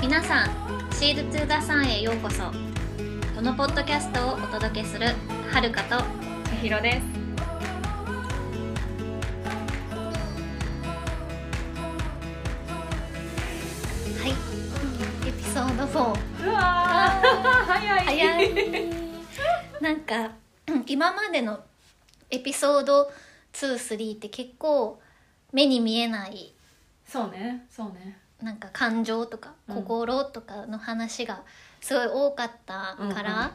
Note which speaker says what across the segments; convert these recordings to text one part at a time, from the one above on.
Speaker 1: 皆さんシール2ガさんへようこそこのポッドキャストをお届けするはるかと
Speaker 2: 千尋です。
Speaker 1: はいエピソード4
Speaker 2: うわー、早い。
Speaker 1: 早いなんかうん今までのエピソード23って結構目に見えない
Speaker 2: そうね、そうね。
Speaker 1: なんか感情とか
Speaker 2: うん
Speaker 1: 心とかの話がすごい多かったから、
Speaker 2: うんうん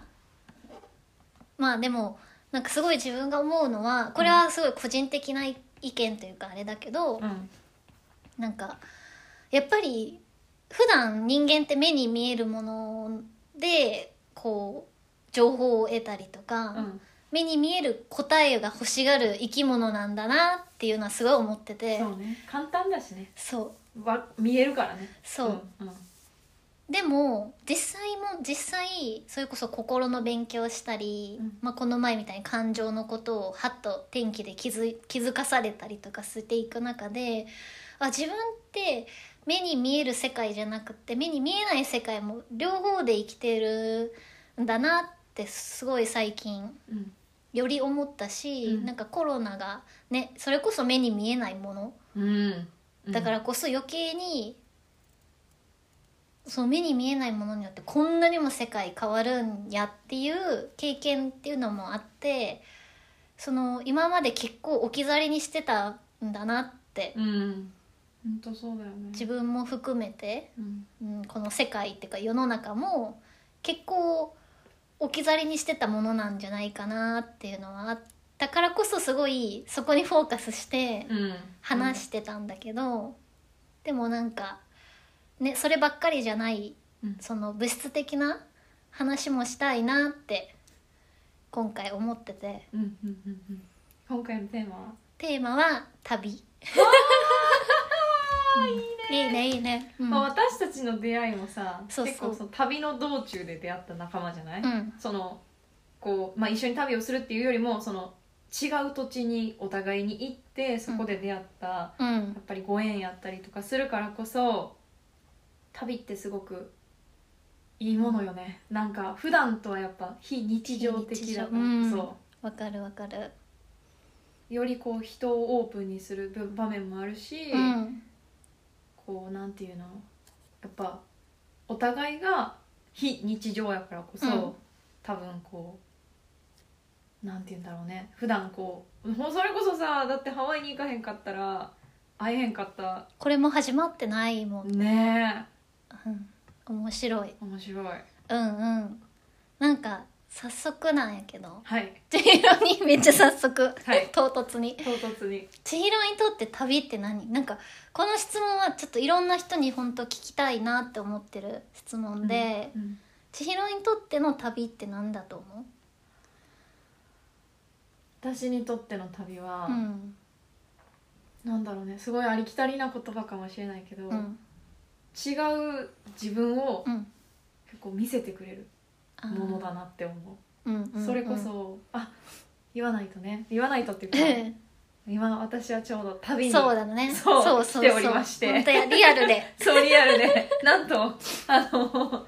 Speaker 1: まあでもなんかすごい自分が思うのはこれはすごい個人的な意見というかあれだけど、
Speaker 2: うん、
Speaker 1: なんかやっぱり普段人間って目に見えるものでこう情報を得たりとか、
Speaker 2: うん、
Speaker 1: 目に見える答えが欲しがる生き物なんだなっていうのはすごい思ってて
Speaker 2: そうね。簡単だしね。
Speaker 1: そう
Speaker 2: わ、見えるからね。
Speaker 1: そう、
Speaker 2: うん、うん、
Speaker 1: でも実際も実際それこそ心の勉強したり、
Speaker 2: うん
Speaker 1: まあ、この前みたいに感情のことをはっと天気で気づ気づかされたりとかしていく中であ自分って目に見える世界じゃなくて目に見えない世界も両方で生きてるんだなってすごい最近
Speaker 2: うん、
Speaker 1: より思ったし、
Speaker 2: うん
Speaker 1: なんかコロナがねそれこそ目に見えないもの
Speaker 2: うん。うん
Speaker 1: だか。らこそ余計に、そう目に見えないものによってこんなにも世界変わるんやっていう経験っていうのもあってその今まで結構置き去りにしてたんだなって
Speaker 2: うん。本当そうだよね。
Speaker 1: 自分も含めて、
Speaker 2: うん。
Speaker 1: うん、この世界っていうか世の中も結構置き去りにしてたものなんじゃないかなっていうのはあったからこそすごいそこにフォーカスして。
Speaker 2: うん。
Speaker 1: 話してたんだけど、でもなんか、ね、そればっかりじゃない
Speaker 2: うん。
Speaker 1: その物質的な話もしたいなって今回思ってて
Speaker 2: うん、うん、うん、うんうん。今回のテーマは。
Speaker 1: テーマは「旅」うんいいねいいねうん、う
Speaker 2: まあ、
Speaker 1: ん
Speaker 2: 私たちの出会いもさ
Speaker 1: そうそう
Speaker 2: 結構その旅の道中で出会った仲間じゃない、
Speaker 1: うん
Speaker 2: そのこう、まあ、一緒に旅をするっていうよりもその違う土地にお互いに行ってそこで出会った、やっぱりご縁やったりとかするからこそ旅ってすごくいいものよね、なんか普段とはやっぱ非日常的だか
Speaker 1: 非日常
Speaker 2: ら、
Speaker 1: うん
Speaker 2: そ
Speaker 1: わかるわかる、
Speaker 2: うよりこう人をオープンにする場面もあるし、
Speaker 1: うん、
Speaker 2: こうなんていうのやっぱお互いが非日常やからこそ、
Speaker 1: うん
Speaker 2: 多分こうなんて言うんだろうね普段こうもうそれこそさだってハワイに行かへんかったら会えへんかった
Speaker 1: これも始まってないもん、
Speaker 2: ね
Speaker 1: うん、面白い
Speaker 2: え面白い
Speaker 1: うんうんなんか早速なんやけ ど
Speaker 2: はい
Speaker 1: 千尋にめっちゃ早速、
Speaker 2: はい
Speaker 1: 唐突に
Speaker 2: 唐突に
Speaker 1: 千尋にとって旅って何なんかこの質問はちょっといろんな人に本当聞きたいなって思ってる質問で、
Speaker 2: うんうん
Speaker 1: 千尋にとっての旅って何だと思
Speaker 2: 私にとっての旅は、
Speaker 1: ううん
Speaker 2: なんだろうねすごいありきたりな言葉かもしれないけど、
Speaker 1: うん
Speaker 2: 違う自分を
Speaker 1: うん
Speaker 2: 結構見せてくれる
Speaker 1: あー
Speaker 2: ものだなって思う
Speaker 1: うんうんうん
Speaker 2: それこそ、あ言わないとね言わないとっていうか
Speaker 1: え
Speaker 2: 今私はちょうど旅
Speaker 1: え
Speaker 2: に
Speaker 1: そうだね
Speaker 2: そう
Speaker 1: そうそうそう
Speaker 2: 来ておりまして
Speaker 1: 本当やリアルで
Speaker 2: そうリアルで なんとあの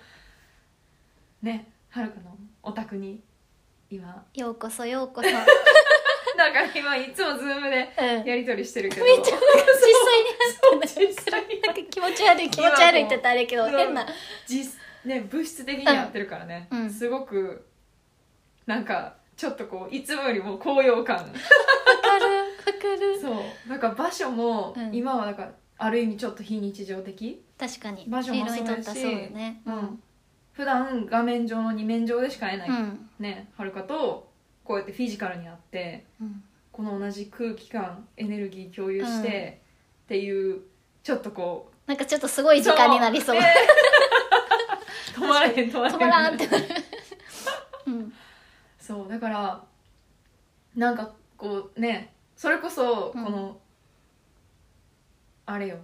Speaker 2: ねはるかのお宅に今
Speaker 1: ようこそよう こそうん
Speaker 2: なんか今いつもズームでやり取りしてるけど
Speaker 1: めっちゃ実際に
Speaker 2: 実際に
Speaker 1: なんか気持ち悪い気持ち悪いって言ったらあれやけど
Speaker 2: うん
Speaker 1: 変な
Speaker 2: 実ね物質的にやってるからね、
Speaker 1: うん
Speaker 2: すごくなんかちょっとこういつもよりも高揚感
Speaker 1: わかるわかる
Speaker 2: そうなんか場所も、
Speaker 1: うん
Speaker 2: 今はなんかある意味ちょっと非日常的
Speaker 1: 確かに
Speaker 2: 場所も
Speaker 1: 千尋にとった
Speaker 2: そう
Speaker 1: ら
Speaker 2: だ
Speaker 1: そ
Speaker 2: し
Speaker 1: うだね
Speaker 2: うん、普段画面上の二面上でしか会えない、
Speaker 1: うん
Speaker 2: ねはるかとこうやってフィジカルに会って
Speaker 1: うん
Speaker 2: この同じ空気感エネルギー共有して、っていうちょっとこう
Speaker 1: なんかちょっとすごい時間になりそう
Speaker 2: ね 止まらへん止まらへん
Speaker 1: 止まらんってなる。うん。
Speaker 2: そうだからなんかこうねそれこそこ
Speaker 1: うん
Speaker 2: の、あれよ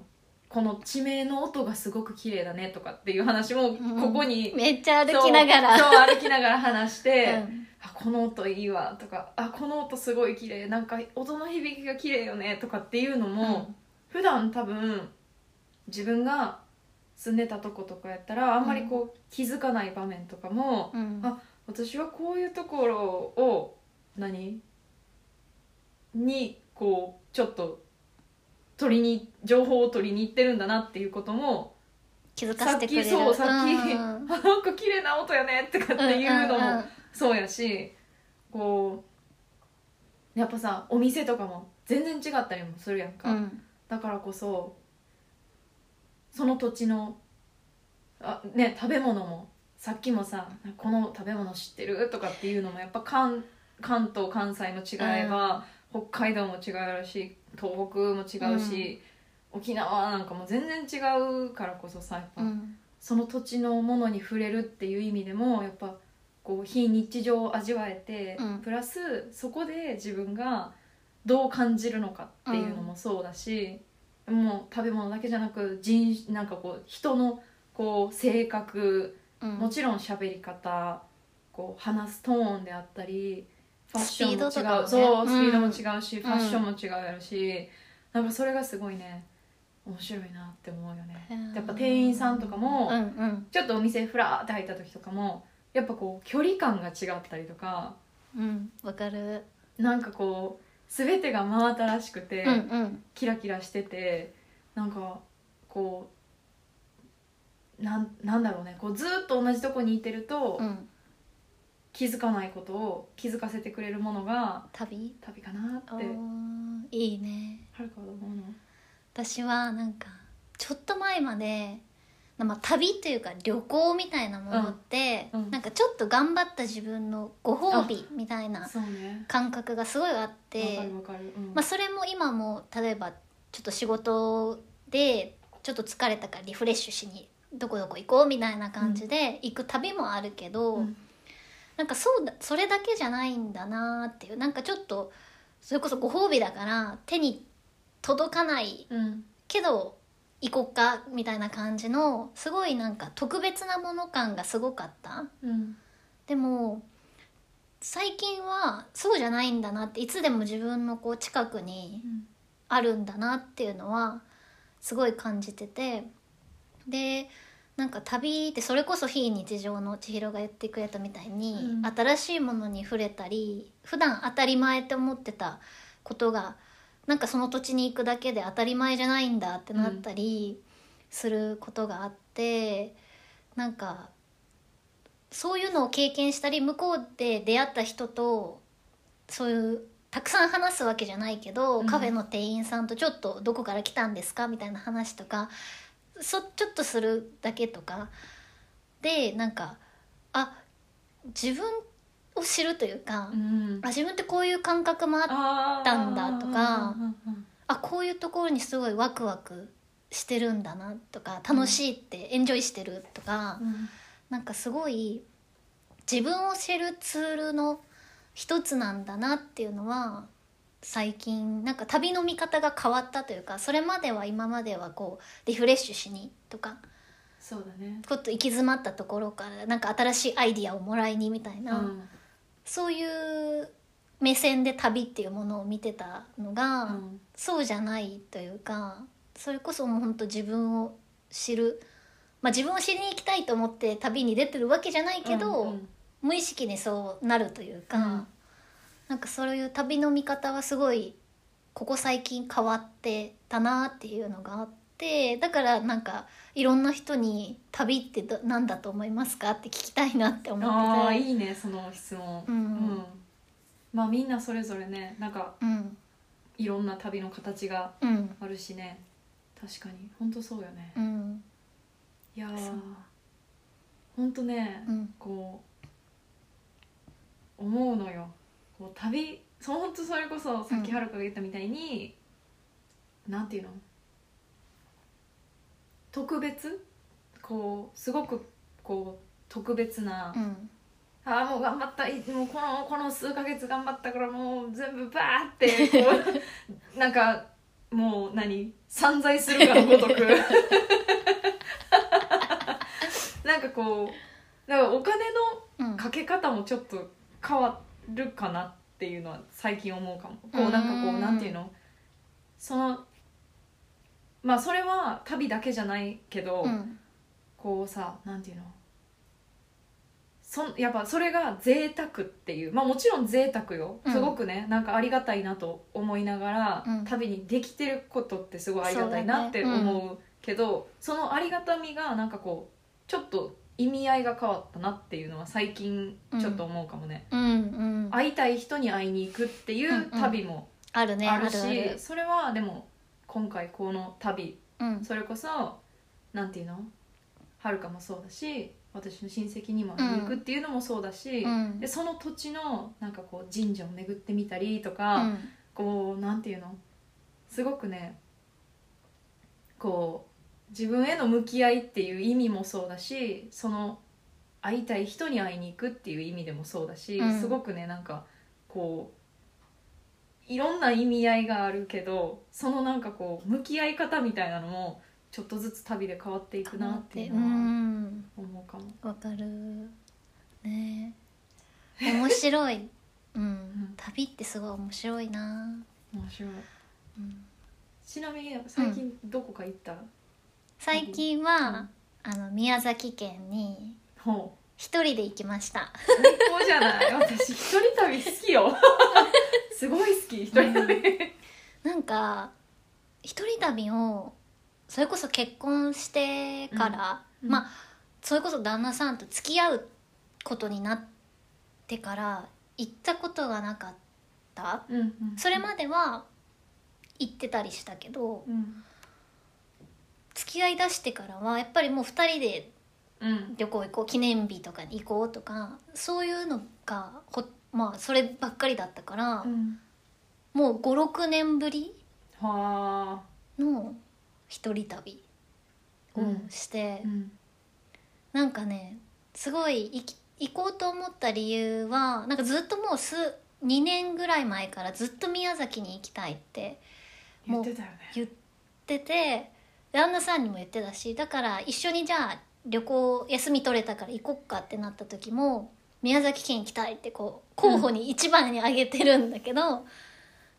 Speaker 2: この地名の音がすごく綺麗だねとかっていう話も
Speaker 1: ん
Speaker 2: ここに、
Speaker 1: めっちゃ歩きながら。
Speaker 2: そうそう歩きながら話して、
Speaker 1: うん
Speaker 2: あこの音いいわとかあこの音すごい綺麗なんか音の響きが綺麗よねとかっていうのも、
Speaker 1: うん
Speaker 2: 普段多分自分が住んでたとことかやったらあんまりこう気づかない場面とかも、
Speaker 1: うん
Speaker 2: あ私はこういうところを何にこうちょっと取りに情報を取りに行ってるんだなっていうことも
Speaker 1: 気づか
Speaker 2: さ
Speaker 1: せ
Speaker 2: って
Speaker 1: くれ
Speaker 2: き
Speaker 1: る
Speaker 2: そうさっき、
Speaker 1: うん
Speaker 2: あなんか綺麗な音やねとかっていうの
Speaker 1: んん
Speaker 2: も
Speaker 1: ん
Speaker 2: そうやしこうやっぱさお店とかも全然違ったりもするやんか、
Speaker 1: うん
Speaker 2: だからこそその土地のあ、ね、食べ物もさっきもさこの食べ物知ってるとかっていうのもやっぱ関関東関西の違いは、北海道も違うし東北も違うし、沖縄なんかも全然違うからこそさやっぱ、
Speaker 1: うん
Speaker 2: その土地のものに触れるっていう意味でもやっぱこう非日常を味わえて、
Speaker 1: うん
Speaker 2: プラスそこで自分がどう感じるのかっていうのもそうだし、もう食べ物だけじゃなく人種なんかこう人のこう性格
Speaker 1: うん
Speaker 2: もちろん喋り方こう話すトーンであったりファッションも違う
Speaker 1: スピードとかもね
Speaker 2: そうスピードも違
Speaker 1: うん
Speaker 2: うし、
Speaker 1: ん
Speaker 2: ファッションも違うやろし、なんかそれがすごいね面白いなって思うよね。やっぱ店員さんとかも、
Speaker 1: うんうん
Speaker 2: ちょっとお店フラーって入った時とかもやっぱこう距離感が違ったりとか
Speaker 1: うんわかる
Speaker 2: なんかこう全てが真新しくて、
Speaker 1: うんうん
Speaker 2: キラキラしててなんかこうなんなんだろうねこうずっと同じとこにいてると、
Speaker 1: うん
Speaker 2: 気づかないことを気づかせてくれるものが
Speaker 1: 旅
Speaker 2: 旅かなって
Speaker 1: おーいいね
Speaker 2: はるかはどう思うの
Speaker 1: 私はなんかちょっと前まで、まあ、旅というか旅行みたいなものって、
Speaker 2: うんうん
Speaker 1: なんかちょっと頑張った自分のご褒美みたいな
Speaker 2: そうね
Speaker 1: 感覚がすごいあっ
Speaker 2: わ
Speaker 1: て
Speaker 2: かるわかる、うん
Speaker 1: まあ、それも今も例えばちょっと仕事でちょっと疲れたからリフレッシュしにどこどこ行こうみたいな感じで行く旅もあるけど、
Speaker 2: うん
Speaker 1: なんかそうだそれだけじゃないんだなっていうなんかちょっとそれこそご褒美だから手に届かない
Speaker 2: うん
Speaker 1: けど行こっかみたいな感じのすごいなんか特別なもの感がすごかった
Speaker 2: うん
Speaker 1: でも最近はそうじゃないんだなっていつでも自分のこう近くに
Speaker 2: うん
Speaker 1: あるんだなっていうのはすごい感じててでなんか旅ってそれこそ非日常の千尋が言ってくれたみたいに、
Speaker 2: うん
Speaker 1: 新しいものに触れたり普段当たり前って思ってたことがなんかその土地に行くだけで当たり前じゃないんだってなったりすることがあって、なんかそういうのを経験したり向こうで出会った人とそういうたくさん話すわけじゃないけど、
Speaker 2: うん
Speaker 1: カフェの店員さんとちょっとどこから来たんですかみたいな話とかそちょっとするだけとかでなんかあ自分を知るというか、
Speaker 2: うん
Speaker 1: あ自分ってこういう感覚もあっ
Speaker 2: あー
Speaker 1: たんだとか
Speaker 2: うんうんうん
Speaker 1: あこういうところにすごいワクワクしてるんだなとか楽しいってエンジョイしてるとか、
Speaker 2: うん
Speaker 1: なんかすごい自分を知るツールの一つなんだなっていうのは最近なんか旅の見方が変わったというかそれまでは今まではこうリフレッシュしにとか
Speaker 2: そうだね
Speaker 1: ちょっと行き詰まったところからなんか新しいアイディアをもらいにみたいな、
Speaker 2: うん
Speaker 1: そういう目線で旅っていうものを見てたのが、
Speaker 2: うん
Speaker 1: そうじゃないというかそれこそもうほんと自分を知る、まあ、自分を知りに行きたいと思って旅に出てるわけじゃないけど、
Speaker 2: うんうん
Speaker 1: 無意識にそうなるというか、
Speaker 2: うん
Speaker 1: なんかそういう旅の見方はすごいここ最近変わってたなっていうのがあってだからなんかいろんな人に「旅ってど何だと思いますか?」って聞きたいなって思
Speaker 2: あ
Speaker 1: っ
Speaker 2: あ
Speaker 1: てて。
Speaker 2: いいねその質問
Speaker 1: うん
Speaker 2: まあみんなそれぞれねなんか
Speaker 1: うん
Speaker 2: いろんな旅の形が
Speaker 1: うん
Speaker 2: あるしね確かに本当そうよね、
Speaker 1: うん
Speaker 2: いや
Speaker 1: そ
Speaker 2: ー
Speaker 1: う
Speaker 2: 本当ね、
Speaker 1: うん
Speaker 2: こう思うのよこう旅そ本当それこそさっき
Speaker 1: うん
Speaker 2: はるかが言ったみたいに、なんていうの特別こうすごくこう特別な、
Speaker 1: うん
Speaker 2: ああもう頑張ったいもうこのこの数ヶ月頑張ったからもう全部バーってこうなんかもう何散財するかのごとく なんかこうだからお金
Speaker 1: うん
Speaker 2: のかけ方もちょっと変わるかなっていうのは最近思うかもこうなんかこ
Speaker 1: う
Speaker 2: うんなんていうのそのまあそれは旅だけじゃないけど、
Speaker 1: うん
Speaker 2: こうさなんていうのそんやっぱそれが贅沢っていうまあもちろん贅沢よ
Speaker 1: うん
Speaker 2: すごくね、なんかありがたいなと思いながら、
Speaker 1: うん
Speaker 2: 旅にできてることってすごいありがたいなって
Speaker 1: そうだねうん
Speaker 2: 思うけどそのありがたみがなんかこうちょっと意味合いが変わったなっていうのは最近ちょっと思うかもね、
Speaker 1: うんうん
Speaker 2: 会いたい人に会いに行くっていう旅も
Speaker 1: あるね
Speaker 2: あ
Speaker 1: あ
Speaker 2: る
Speaker 1: る
Speaker 2: し、
Speaker 1: ある
Speaker 2: それはでも今回この旅
Speaker 1: うん
Speaker 2: それこそなんていうのはるかもそうだし私の親戚にも会いに行くっていうのもそうだし、
Speaker 1: うん
Speaker 2: でその土地のなんかこう神社を巡ってみたりと
Speaker 1: う
Speaker 2: か、
Speaker 1: ん
Speaker 2: こうなんていうのすごくねこう自分への向き合いっていう意味もそうだしその会いたい人に会いに行くっていう意味でもそうだし、
Speaker 1: うん
Speaker 2: すごくねなんかこういろんな意味合いがあるけどそのなんかこう向き合い方みたいなのもちょっとずつ旅で変わっていくなっていう
Speaker 1: う
Speaker 2: のは
Speaker 1: ん
Speaker 2: 思うかも。
Speaker 1: わかるねえ面白いうん旅ってすごい面白いな
Speaker 2: 面白い
Speaker 1: うん
Speaker 2: ちなみに最近どこか行った、
Speaker 1: 最近はあの宮崎県に
Speaker 2: ほう
Speaker 1: 一人で行きました
Speaker 2: 最高じゃない私一人旅好き よすごい好き一人旅、
Speaker 1: なんか一人旅をそれこそ結婚してから、
Speaker 2: うん
Speaker 1: まあそれこそ旦那さんと付き合うことになってから行ったことがなかった
Speaker 2: うんうん
Speaker 1: それまでは行ってたりしたけど
Speaker 2: うん
Speaker 1: 付き合いだしてからはやっぱりもう2人で
Speaker 2: うん
Speaker 1: 旅行行こう記念日とかに行こうとかそういうのがほまあそればっかりだったから、
Speaker 2: うん
Speaker 1: もう56年ぶり
Speaker 2: はあ
Speaker 1: の一人旅をして、
Speaker 2: うん
Speaker 1: なんかねすごい行き行こうと思った理由はなんかずっともう数2年ぐらい前からずっと宮崎に行きたいって
Speaker 2: 言
Speaker 1: も
Speaker 2: っ
Speaker 1: う
Speaker 2: てたよね
Speaker 1: 言ってて旦那さんにも言ってたしだから一緒にじゃあ旅行休み取れたから行こっかってなった時も宮崎県行きたいってこう候補に一番に挙げてるんだけど、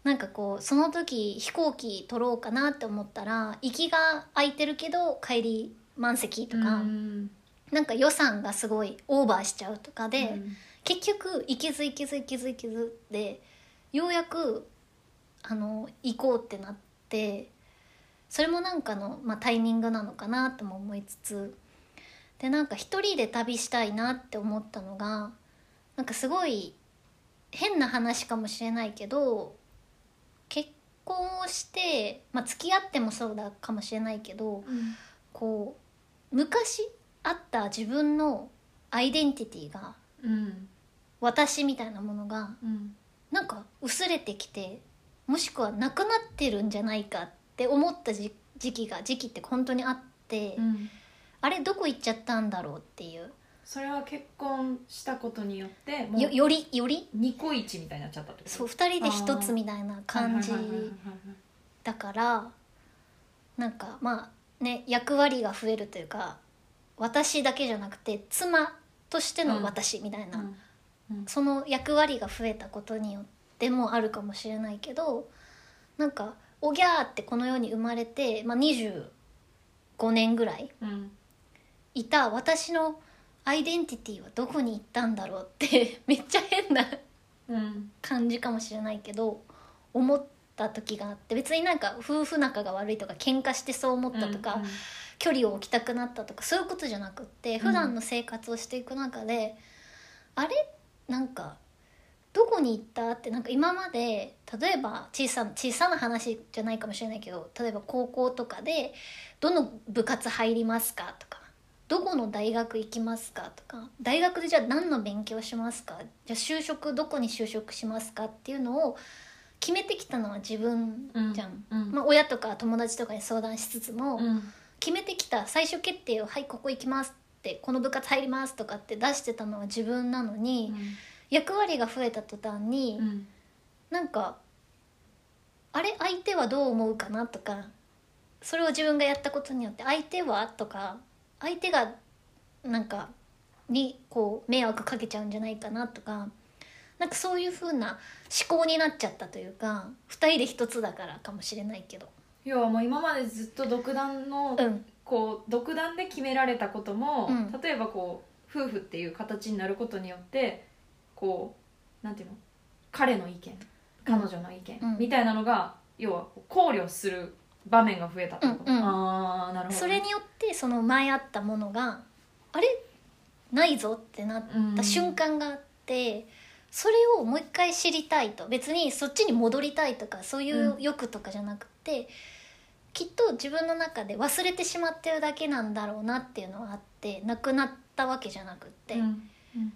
Speaker 1: なんかこうその時飛行機取ろうかなって思ったら行きが空いてるけど帰り満席とか、
Speaker 2: うん
Speaker 1: なんか予算がすごいオーバーしちゃうとかで。
Speaker 2: うん
Speaker 1: 結局行けず行けず行けず行けずでようやくあの行こうってなってそれもなんかの、まあ、タイミングなのかなとも思いつつでなんか一人で旅したいなって思ったのがなんかすごい変な話かもしれないけど結婚をして、まあ、付き合ってもそうだかもしれないけど
Speaker 2: うん
Speaker 1: こう昔あった自分のアイデンティティが
Speaker 2: うん
Speaker 1: 私みたいなものが
Speaker 2: うん
Speaker 1: なんか薄れてきてもしくはなくなってるんじゃないかって思ったじ時期が時期って本当にあって、
Speaker 2: うん
Speaker 1: あれどこ行っちゃったんだろうっていう
Speaker 2: それは結婚したことによっても
Speaker 1: よ
Speaker 2: う
Speaker 1: よりより
Speaker 2: ニコイチみたいになっちゃったってこと
Speaker 1: そう2人で一つみたいな感じ
Speaker 2: はいはいはいはいはい
Speaker 1: だからなんかまあね役割が増えるというか私だけじゃなくて妻としての私みたいな。
Speaker 2: はいうん
Speaker 1: その役割が増えたことによってもあるかもしれないけどなんかおぎゃーってこの世に生まれて、まあ、25年ぐらい
Speaker 2: うん
Speaker 1: いた私のアイデンティティはどこに行ったんだろうって めっちゃ変な
Speaker 2: うん
Speaker 1: 感じかもしれないけど思った時があって別になんか夫婦仲が悪いとか喧嘩してそう思ったとか、
Speaker 2: うんうん
Speaker 1: 距離を置きたくなったとかそういうことじゃなくって
Speaker 2: ん
Speaker 1: 普段の生活をしていく中で、あれなんかどこに行ったってなんか今まで例えば小さな小さな話じゃないかもしれないけど例えば高校とかでどの部活入りますかとかどこの大学行きますかとか大学でじゃあ何の勉強しますかじゃあ就職どこに就職しますかっていうのを決めてきたのは自分じゃん。
Speaker 2: うんうん
Speaker 1: まあ、親とか友達とかに相談しつつも、
Speaker 2: うん
Speaker 1: 決めてきた最初決定を「はいここ行きます」って「この部活入ります」とかって出してたのは自分なのに、役割が増えた途端に、
Speaker 2: うん
Speaker 1: なんかあれ相手はどう思うかなとかそれを自分がやったことによって「相手は?」とか相手がなんかにこう迷惑かけちゃうんじゃないかなとか。なんかそういう風な思考になっちゃったというか2人で一つだからかもしれないけど
Speaker 2: 要はもう今までずっと独断の
Speaker 1: うん
Speaker 2: こう独断で決められたことも、
Speaker 1: うん
Speaker 2: 例えばこう夫婦っていう形になることによってこうなんていうの彼の意見彼女の意見、
Speaker 1: うん
Speaker 2: みたいなのが要は考慮する場面が増えたってこと、
Speaker 1: うんうん
Speaker 2: ああなるほど
Speaker 1: それによってその前あったものがあれないぞってなった瞬間があって、それをもう一回知りたいと別にそっちに戻りたいとかそういう欲とかじゃなくて、きっと自分の中で忘れてしまってるだけなんだろうなっていうのはあってなくなったわけじゃなくって、
Speaker 2: うんうん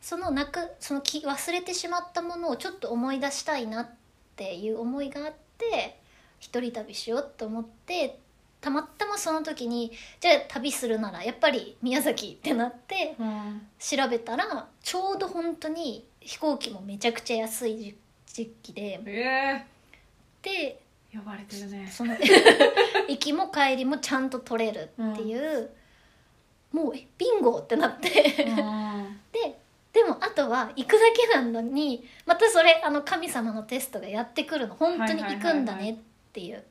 Speaker 1: そのなくそのき忘れてしまったものをちょっと思い出したいなっていう思いがあって一人旅しようと思ってたまたまその時にじゃあ旅するならやっぱり宮崎ってなって
Speaker 2: うん
Speaker 1: 調べたらちょうど本当に飛行機もめちゃくちゃ安い時時期で
Speaker 2: え
Speaker 1: で
Speaker 2: ー、呼ばれてる ね
Speaker 1: その行きも帰りもちゃんと取れるっていう、もうえビンゴってなって。
Speaker 2: うん
Speaker 1: ででもあとは行くだけなのにまたそれあの神様のテストがやってくるの本当に行くんだねっていう、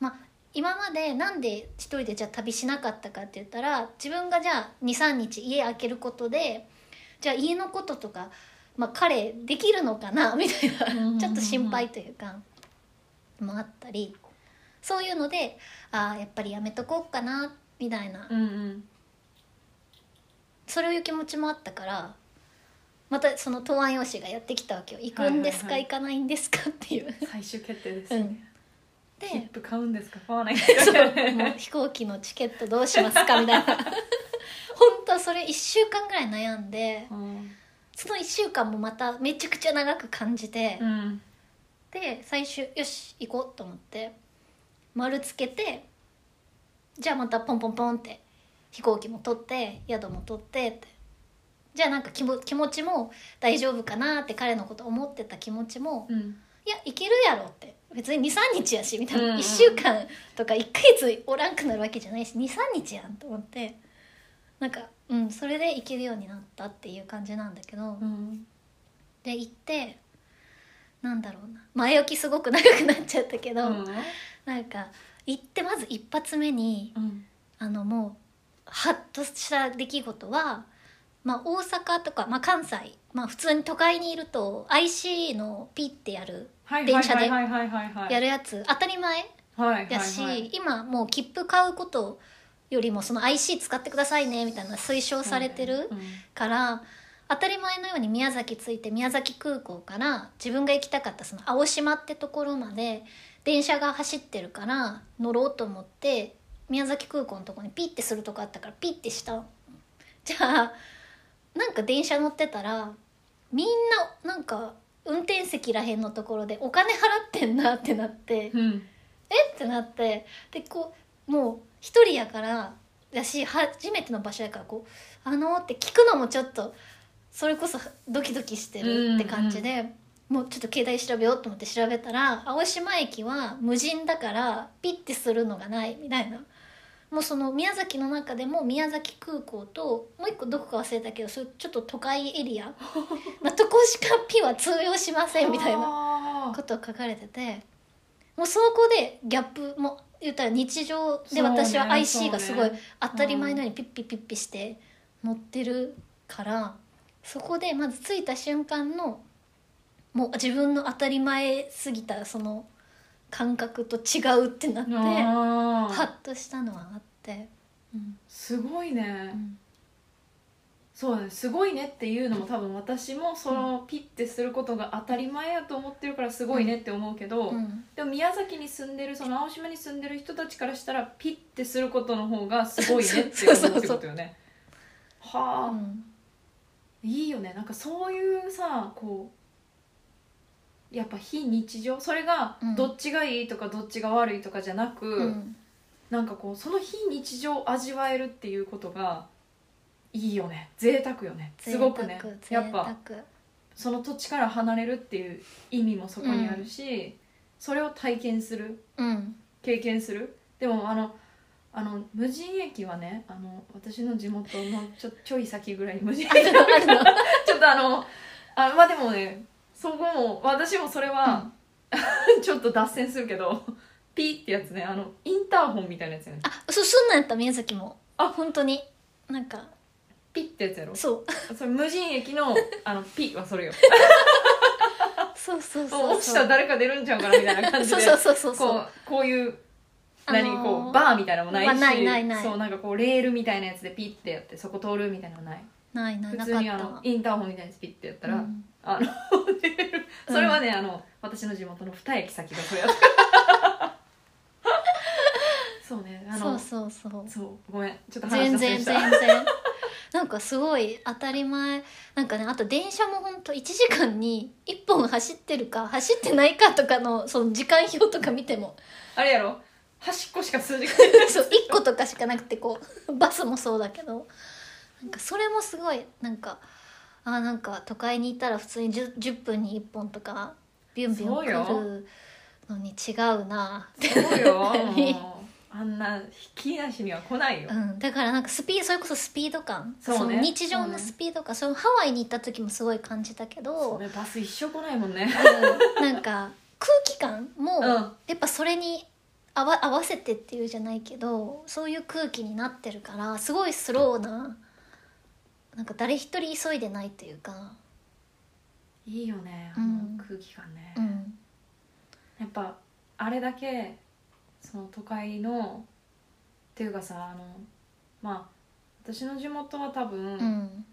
Speaker 1: まあ今までなんで一人でじゃあ旅しなかったかって言ったら自分がじゃあ23日家開けることでじゃあ家のこととか、まあ、彼できるのかな みたいな
Speaker 2: うんうんうん
Speaker 1: ちょっと心配というかもあったりそういうのでああやっぱりやめとこうかなみたいな
Speaker 2: うんうん
Speaker 1: それをいう気持ちもあったからまたその答案用紙がやってきたわけよ行くんですか、
Speaker 2: はいはいはい
Speaker 1: 行かないんですかっていう
Speaker 2: 最終決定です、
Speaker 1: う
Speaker 2: ね
Speaker 1: んで
Speaker 2: 切符買うんですか買わないんですか
Speaker 1: もう飛行機のチケットどうしますかみたいな本当それ1週間ぐらい悩んで
Speaker 2: うん
Speaker 1: その1週間もまためちゃくちゃ長く感じて、
Speaker 2: うん
Speaker 1: で最終よし行こうと思って丸つけてじゃあまたポンポンポンって飛行機も取って宿も取ってってじゃあなんか気も気持ちも大丈夫かなって彼のこと思ってた気持ちも
Speaker 2: うん
Speaker 1: いや行けるやろって別に23日やしみたいな、
Speaker 2: うんうん
Speaker 1: 1週間とか1ヶ月おらんくなるわけじゃないし23日やんと思ってなんかうんそれで行けるようになったっていう感じなんだけど。
Speaker 2: うん
Speaker 1: で行ってなんだろうな前置きすごく長くなっちゃったけ
Speaker 2: う
Speaker 1: ど、
Speaker 2: ん
Speaker 1: なんか行ってまず一発目にあのもうハッとした出来事は、まあ、大阪とか、まあ、関西、まあ、普通に都会にいると IC のピッてやる
Speaker 2: はいはい
Speaker 1: 電車
Speaker 2: は
Speaker 1: で
Speaker 2: いはいはいはいはい
Speaker 1: やるやつ当たり前
Speaker 2: はいはい
Speaker 1: やし、今もう切符買うことよりもその IC 使ってくださいねみたいな推奨されてる。
Speaker 2: うん
Speaker 1: から当たり前のように宮崎着いて宮崎空港から自分が行きたかったその青島ってところまで電車が走ってるから乗ろうと思って宮崎空港のとこにピッてするとこあったからピッてしたのじゃあなんか電車乗ってたらみんななんか運転席らへんのところでお金払ってんなってなって
Speaker 2: うん
Speaker 1: えってなってでこうもう一人やからだし初めての場所やからこう「あのー」って聞くのもちょっとそれこそドキドキしてるって感じで、もうちょっと携帯調べようと思って調べたら青島駅は無人だからピッてするのがないみたいな。もうその宮崎の中でも宮崎空港ともう一個どこか忘れたけどそういうちょっと都会エ リアなとこしかピは通用しませんみたいな
Speaker 2: な
Speaker 1: こと書かれててもうそこでギャップも言ったら日常で私は IC がすごい当たり前のようにピッピピッピして乗ってるからそこでまず着いた瞬間のもう自分の当たり前すぎたその感覚と違うってなってハ
Speaker 2: は
Speaker 1: ッとしたのはあって。うん
Speaker 2: すごいうね
Speaker 1: ん
Speaker 2: そうだねすごいねっていうのも多分私もそのピッてすることが当たり前やと思ってるからすごいねって思うけど
Speaker 1: うん
Speaker 2: でも宮崎に住んでるその青島に住んでる人たちからしたらピッてすることの方がすごいねって思うってことよね
Speaker 1: う
Speaker 2: はあ
Speaker 1: ん
Speaker 2: いいよねなんかそういうさこうやっぱ非日常それが
Speaker 1: うん
Speaker 2: どっちがいいとかどっちが悪いとかじゃなく、
Speaker 1: うん
Speaker 2: なんかこうその非日常を味わえるっていうことがいいよね贅沢よねすごくね
Speaker 1: 贅
Speaker 2: や
Speaker 1: 沢
Speaker 2: っぱ
Speaker 1: 贅
Speaker 2: その土地から離れるっていう意味もそこにあるし、それを体験する
Speaker 1: 沢うん
Speaker 2: 経験するでもあのあの無人駅はねあの私の地元のちょちょい先ぐらいに無人駅
Speaker 1: あるのあるの
Speaker 2: ちょっとあのあまあで もねそこも私もそれは、ちょっと脱線するけどピってやつねあのインターホンみたいなやつやね
Speaker 1: あそそんなんやった宮崎も
Speaker 2: あ
Speaker 1: 本当になんか
Speaker 2: ピってやつやろ
Speaker 1: そう
Speaker 2: それ無人駅 のあのピはそれよ
Speaker 1: そうそう
Speaker 2: もう
Speaker 1: そう
Speaker 2: 落ちた
Speaker 1: そう
Speaker 2: ら誰か出るんちゃうかなみたいな感じ
Speaker 1: そ
Speaker 2: で
Speaker 1: うそうそうそうそ
Speaker 2: こ
Speaker 1: う
Speaker 2: うこういう
Speaker 1: あのー
Speaker 2: 何、こうバーみたいなのもないし、
Speaker 1: まあないないない
Speaker 2: そうなんかこうレールみたいなやつでピッてやってそこ通るみたいなのない
Speaker 1: ないない
Speaker 2: 普
Speaker 1: な
Speaker 2: 通にあ
Speaker 1: か
Speaker 2: の
Speaker 1: っ
Speaker 2: インターホンみたいにピッてやった
Speaker 1: た
Speaker 2: ら、
Speaker 1: うん
Speaker 2: あの 出るそれはね、あの私の地元の二駅先がそれやった そうねあの
Speaker 1: そうそうそう
Speaker 2: そうごめんちょっと話
Speaker 1: 全
Speaker 2: 脱線
Speaker 1: 然
Speaker 2: した
Speaker 1: 全然 なんかすごい当たり前なんかねあと電車もほんと1時間に1本走ってるか走ってないかとかのその時間表とか見ても
Speaker 2: あれやろ端っこしか数字が
Speaker 1: そう1個とかしかなくてこう バスもそうだけどなんかそれもすごいなんかあーなんか都会にいたら普通に 10, 10分に1本とかビュンビュン
Speaker 2: そう
Speaker 1: 来るのに違うなって
Speaker 2: そうよ もうあんな引きなしには来ないよ、
Speaker 1: うん、だからなんかスピーそれこそスピード感
Speaker 2: そうね
Speaker 1: の日常のスピード感そのハワイに行った時もすごい感じたけ
Speaker 2: そ
Speaker 1: ど、
Speaker 2: れバス一生来ないもんね
Speaker 1: うんなんか空気感も
Speaker 2: うん
Speaker 1: やっぱそれに合わ合わせてっていうじゃないけどそういう空気になってるからすごいスローななんか誰一人急いでないというか、
Speaker 2: いいよねあ
Speaker 1: うん
Speaker 2: の空気感ね、
Speaker 1: うん、
Speaker 2: やっぱあれだけその都会のっていうかさあのまあ私の地元は多
Speaker 1: う
Speaker 2: 分、
Speaker 1: ん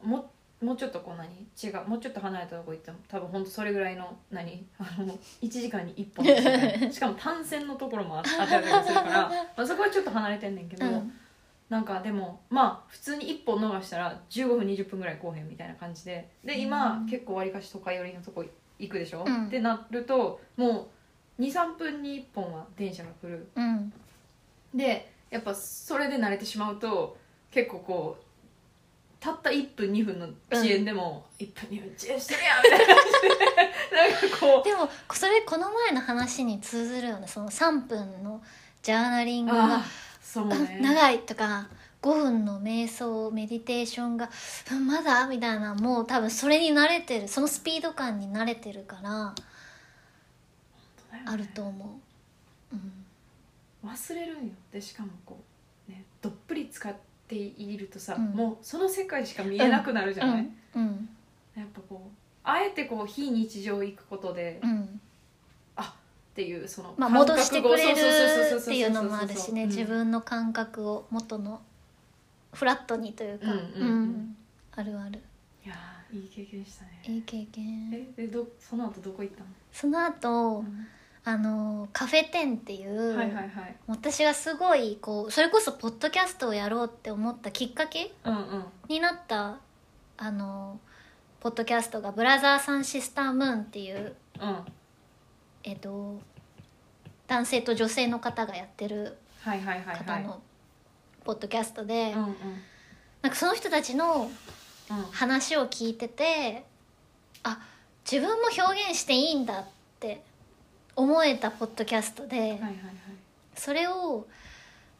Speaker 2: ももうちょっとこう何違うもうちょっと離れたとこ行っても多分ほんとそれぐらいの何あの1時間に1本ですね しかも単線のところもああったりとかするから、まあ、そこはちょっと離れてんねんけ
Speaker 1: う
Speaker 2: ど、
Speaker 1: ん
Speaker 2: なんかでもまあ普通に1本逃したら15分20分ぐらい来おへんみたいな感じでで今、
Speaker 1: うん
Speaker 2: 結構わりかし都会寄りのとこ行くでしょ、
Speaker 1: うん
Speaker 2: ってなるともう23分に1本は電車が来る
Speaker 1: うん
Speaker 2: でやっぱそれで慣れてしまうと結構こうたった1分2分の遅延でも、1分2分遅延してるやんみたいな感じでなんかこう
Speaker 1: でもそれこの前の話に通ずるよねその3分のジャーナリング
Speaker 2: あ
Speaker 1: が
Speaker 2: あそう
Speaker 1: あ
Speaker 2: ね
Speaker 1: 長いとか5分の瞑想メディテーションがうんまだみたいなもう多分それに慣れてるそのスピード感に慣れてるからあると思う、うん、
Speaker 2: 忘れるんよでしかもこう、ね、どっぷり使っているとさ、
Speaker 1: うん
Speaker 2: もうその世界しか見えなくなるじゃない、
Speaker 1: うん
Speaker 2: やっぱこうあえてこう非日常行くことで、
Speaker 1: う
Speaker 2: っ
Speaker 1: ん
Speaker 2: ていうその
Speaker 1: まあ
Speaker 2: 感
Speaker 1: 戻
Speaker 2: 覚を
Speaker 1: してくれる
Speaker 2: そうそうそうそう
Speaker 1: っていうのもあるしね
Speaker 2: うん
Speaker 1: 自分の感覚を元のフラットにという
Speaker 2: う
Speaker 1: か
Speaker 2: んうんうん
Speaker 1: あるある
Speaker 2: いやーいい経験したね
Speaker 1: いい経験
Speaker 2: えでどその後どこ行ったの、
Speaker 1: その後
Speaker 2: う
Speaker 1: あのカフェ店っていう、
Speaker 2: んはいはいはい
Speaker 1: 私がすごいこうそれこそポッドキャストをやろうって思ったきっかけ
Speaker 2: うんうん
Speaker 1: になったあのポッドキャストが「ブラザーさんシスタームーン」っていう、
Speaker 2: うんは
Speaker 1: えっと、男性と女性の方がやってる
Speaker 2: いはいはいは
Speaker 1: 方
Speaker 2: い
Speaker 1: のポッドキャストで、
Speaker 2: うんうん
Speaker 1: なんかその人たちの
Speaker 2: うん
Speaker 1: 話を聞いててあ自分も表現していいんだって思えたポッドキャストで、
Speaker 2: はいはい
Speaker 1: それを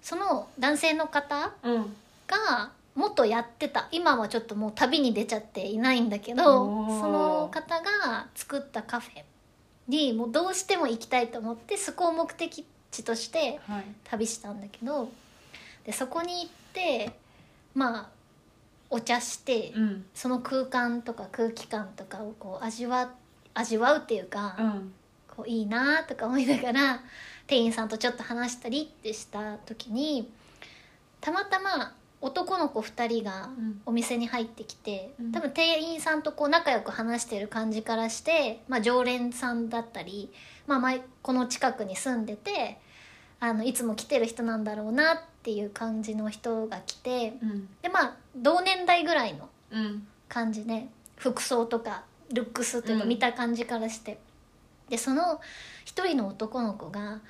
Speaker 1: その男性の方
Speaker 2: はいうん
Speaker 1: が元やってた今はちょっともう旅に出ちゃっていないんだけど
Speaker 2: おー
Speaker 1: その方が作ったカフェにもうどうしても行きたいと思ってそこを目的地として
Speaker 2: はい
Speaker 1: 旅したんだけどでそこに行ってまあお茶して、
Speaker 2: うん
Speaker 1: その空間とか空気感とかをこう味わ味わうっていうか、
Speaker 2: うん
Speaker 1: こういいなーとか思いながら 店員さんとちょっと話したりってした時にたまたま男の子2人が
Speaker 2: うん
Speaker 1: お店に入ってきて、
Speaker 2: うん
Speaker 1: 多分店員さんとこう仲良く話してる感じからして、まあ、常連さんだったり、まあ、前この近くに住んでてあのいつも来てる人なんだろうなっていう感じの人が来て
Speaker 2: うん
Speaker 1: でまあ同年代ぐらいの
Speaker 2: うん
Speaker 1: 感じね服装とかルックスというか
Speaker 2: うん
Speaker 1: 見た感じからして、でその一人の男の子が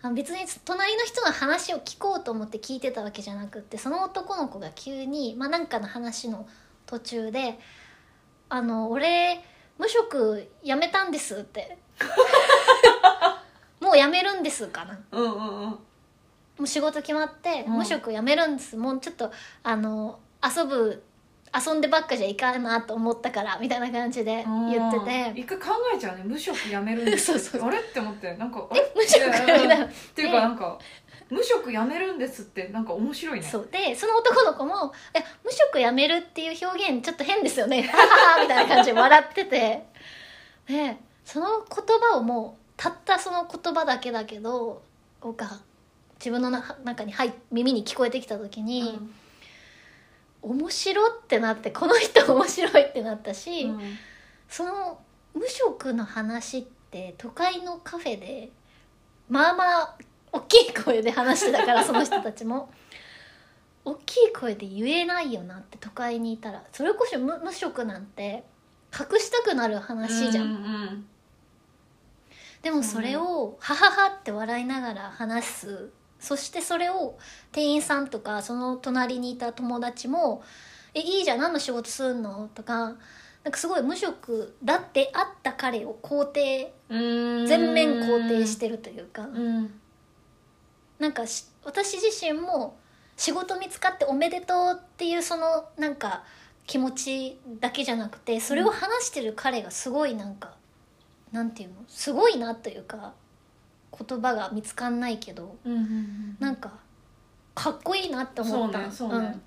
Speaker 1: あ別に隣の人の話を聞こうと思って聞いてたわけじゃなくってその男の子が急に、まあ、なんかの話の途中で「あの俺無職辞めたんです」って「もう辞めるんです」かな。
Speaker 2: うんうんうん
Speaker 1: もう仕事決まって、
Speaker 2: うん
Speaker 1: 無職辞めるんですもうちょっとあの遊ぶ遊んでばっかじゃいかんなと思ったからみたいな感じで言ってて
Speaker 2: 一回考えちゃうね無職やめるんです
Speaker 1: そうそう
Speaker 2: あれって思ってなんかあれ
Speaker 1: 無職みたいな
Speaker 2: っていうかなんか無職やめるんですってなんか面白いね
Speaker 1: そうでその男の子も「え無職やめるっていう表現ちょっと変ですよね」 はははみたいな感じで笑っててでその言葉をもうたったその言葉だけだけどが自分のな中に入っ耳に聞こえてきた時に、面白ってなってこの人面白いってなったし、
Speaker 2: うんうん
Speaker 1: その無職の話って都会のカフェでまあまあ大きい声で話してたから その人たちも大きい声で言えないよなって都会にいたらそれこそ無無職なんて隠したくなる話じゃん、
Speaker 2: うんうん
Speaker 1: でもそれを「ははは」って笑いながら話すそしてそれを店員さんとかその隣にいた友達も「えいいじゃん何の仕事すんの?」とかなんかすごい無職だってあった彼を肯定
Speaker 2: うん
Speaker 1: 全面肯定してるというか
Speaker 2: うん
Speaker 1: なんかし私自身も仕事見つかっておめでとうっていうそのなんか気持ちだけじゃなくてそれを話してる彼がすごいなんか、なんていうのすごいなというか言葉が見つかんないけど
Speaker 2: うんうんうん
Speaker 1: なんかかっこいいなって
Speaker 2: そ
Speaker 1: 思
Speaker 2: う
Speaker 1: った
Speaker 2: ねそうね、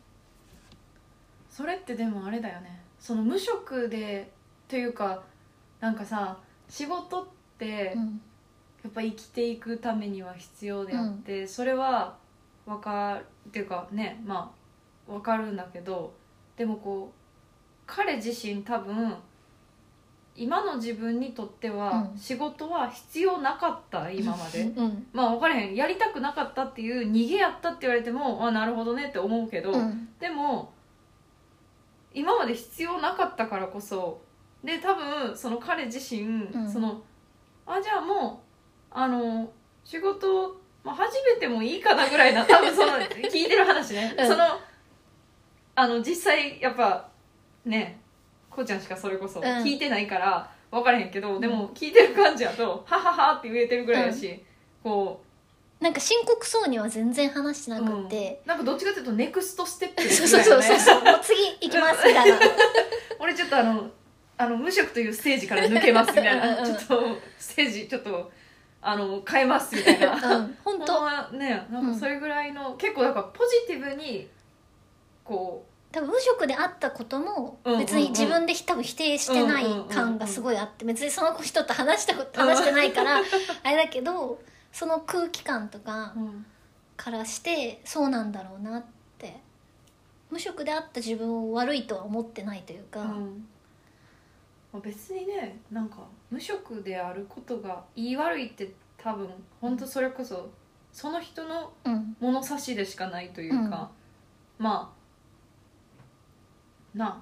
Speaker 2: それってでもあれだよねその無職でというかなんかさ仕事って
Speaker 1: うんうん
Speaker 2: やっぱ生きていくためには必要であって、それは分かるっていうかねまあ分かるんだけどでもこう彼自身多分今の自分にとっては
Speaker 1: うん
Speaker 2: 仕事は必要なかった今まで
Speaker 1: うん
Speaker 2: まあ分からへんやりたくなかったっていう逃げやったって言われてもあなるほどねって思うけど、
Speaker 1: うん
Speaker 2: でも今まで必要なかったからこそで多分その彼自身、
Speaker 1: ん
Speaker 2: そのあじゃあもうあの仕事、まあ、始めてもいいかなぐ らいな多分その聞いてる話ね、
Speaker 1: うん
Speaker 2: そのあの実際やっぱねこうちゃんしかそれこそ
Speaker 1: うん
Speaker 2: 聞いてないから分からへんけど、でも聞いてる感じやと「ははは」って言えてるぐらいだし、こ
Speaker 1: なんか深刻そうには全然話して
Speaker 2: う、
Speaker 1: なくって、
Speaker 2: うんなんかどっちかっていうとネクストステップぐらいだ
Speaker 1: そう
Speaker 2: ね
Speaker 1: そうそうそうそうもう次行きますみたいな
Speaker 2: 俺ちょっとあのあの無職というステージから抜けますみたい
Speaker 1: うんう
Speaker 2: な
Speaker 1: んう
Speaker 2: ち
Speaker 1: ん
Speaker 2: ょっとステージちょっとあの変えますみたいな、
Speaker 1: うん 本当
Speaker 2: ほんまねなんかそれぐらいの、結構なんかポジティブにこ
Speaker 1: 多分無職であったことも
Speaker 2: うんうんうん
Speaker 1: 別に自分で多分否定してない感がすごいあって別にその子人と話したこと話してないか らあれだけどその空気感とか
Speaker 2: う、
Speaker 1: からしてそうなんだろうなって無職であった自分を悪いとは思ってないというか、
Speaker 2: うんまあ別にねなんか無職であることが言い悪いって多分本当それこそその人の
Speaker 1: うん
Speaker 2: 物差しでしかないというか、まあなあ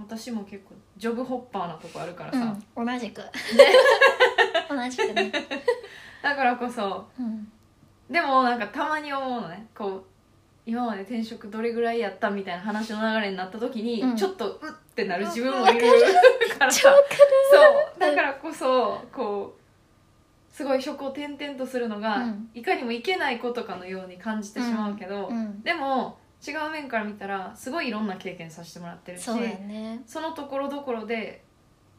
Speaker 2: 私も結構ジョブホッパーなとこあるからさ、
Speaker 1: うん、同じく 同じくね、
Speaker 2: だからこそ
Speaker 1: うん
Speaker 2: でもなんかたまに思うのねこう今まで転職どれぐらいやったみたいな話の流れになった時に、
Speaker 1: うん
Speaker 2: ちょっとうってなる
Speaker 1: うん
Speaker 2: 自分もいる から
Speaker 1: 超
Speaker 2: さ
Speaker 1: わ
Speaker 2: そうだからこそこうすごい職を転々とするのが、
Speaker 1: うん
Speaker 2: いかにもいけないことかのように感じてしまうけど、
Speaker 1: うん、
Speaker 2: でも違う面から見たらすごいいろんな経験させてもらってるし
Speaker 1: そうだよね、
Speaker 2: そのところどころで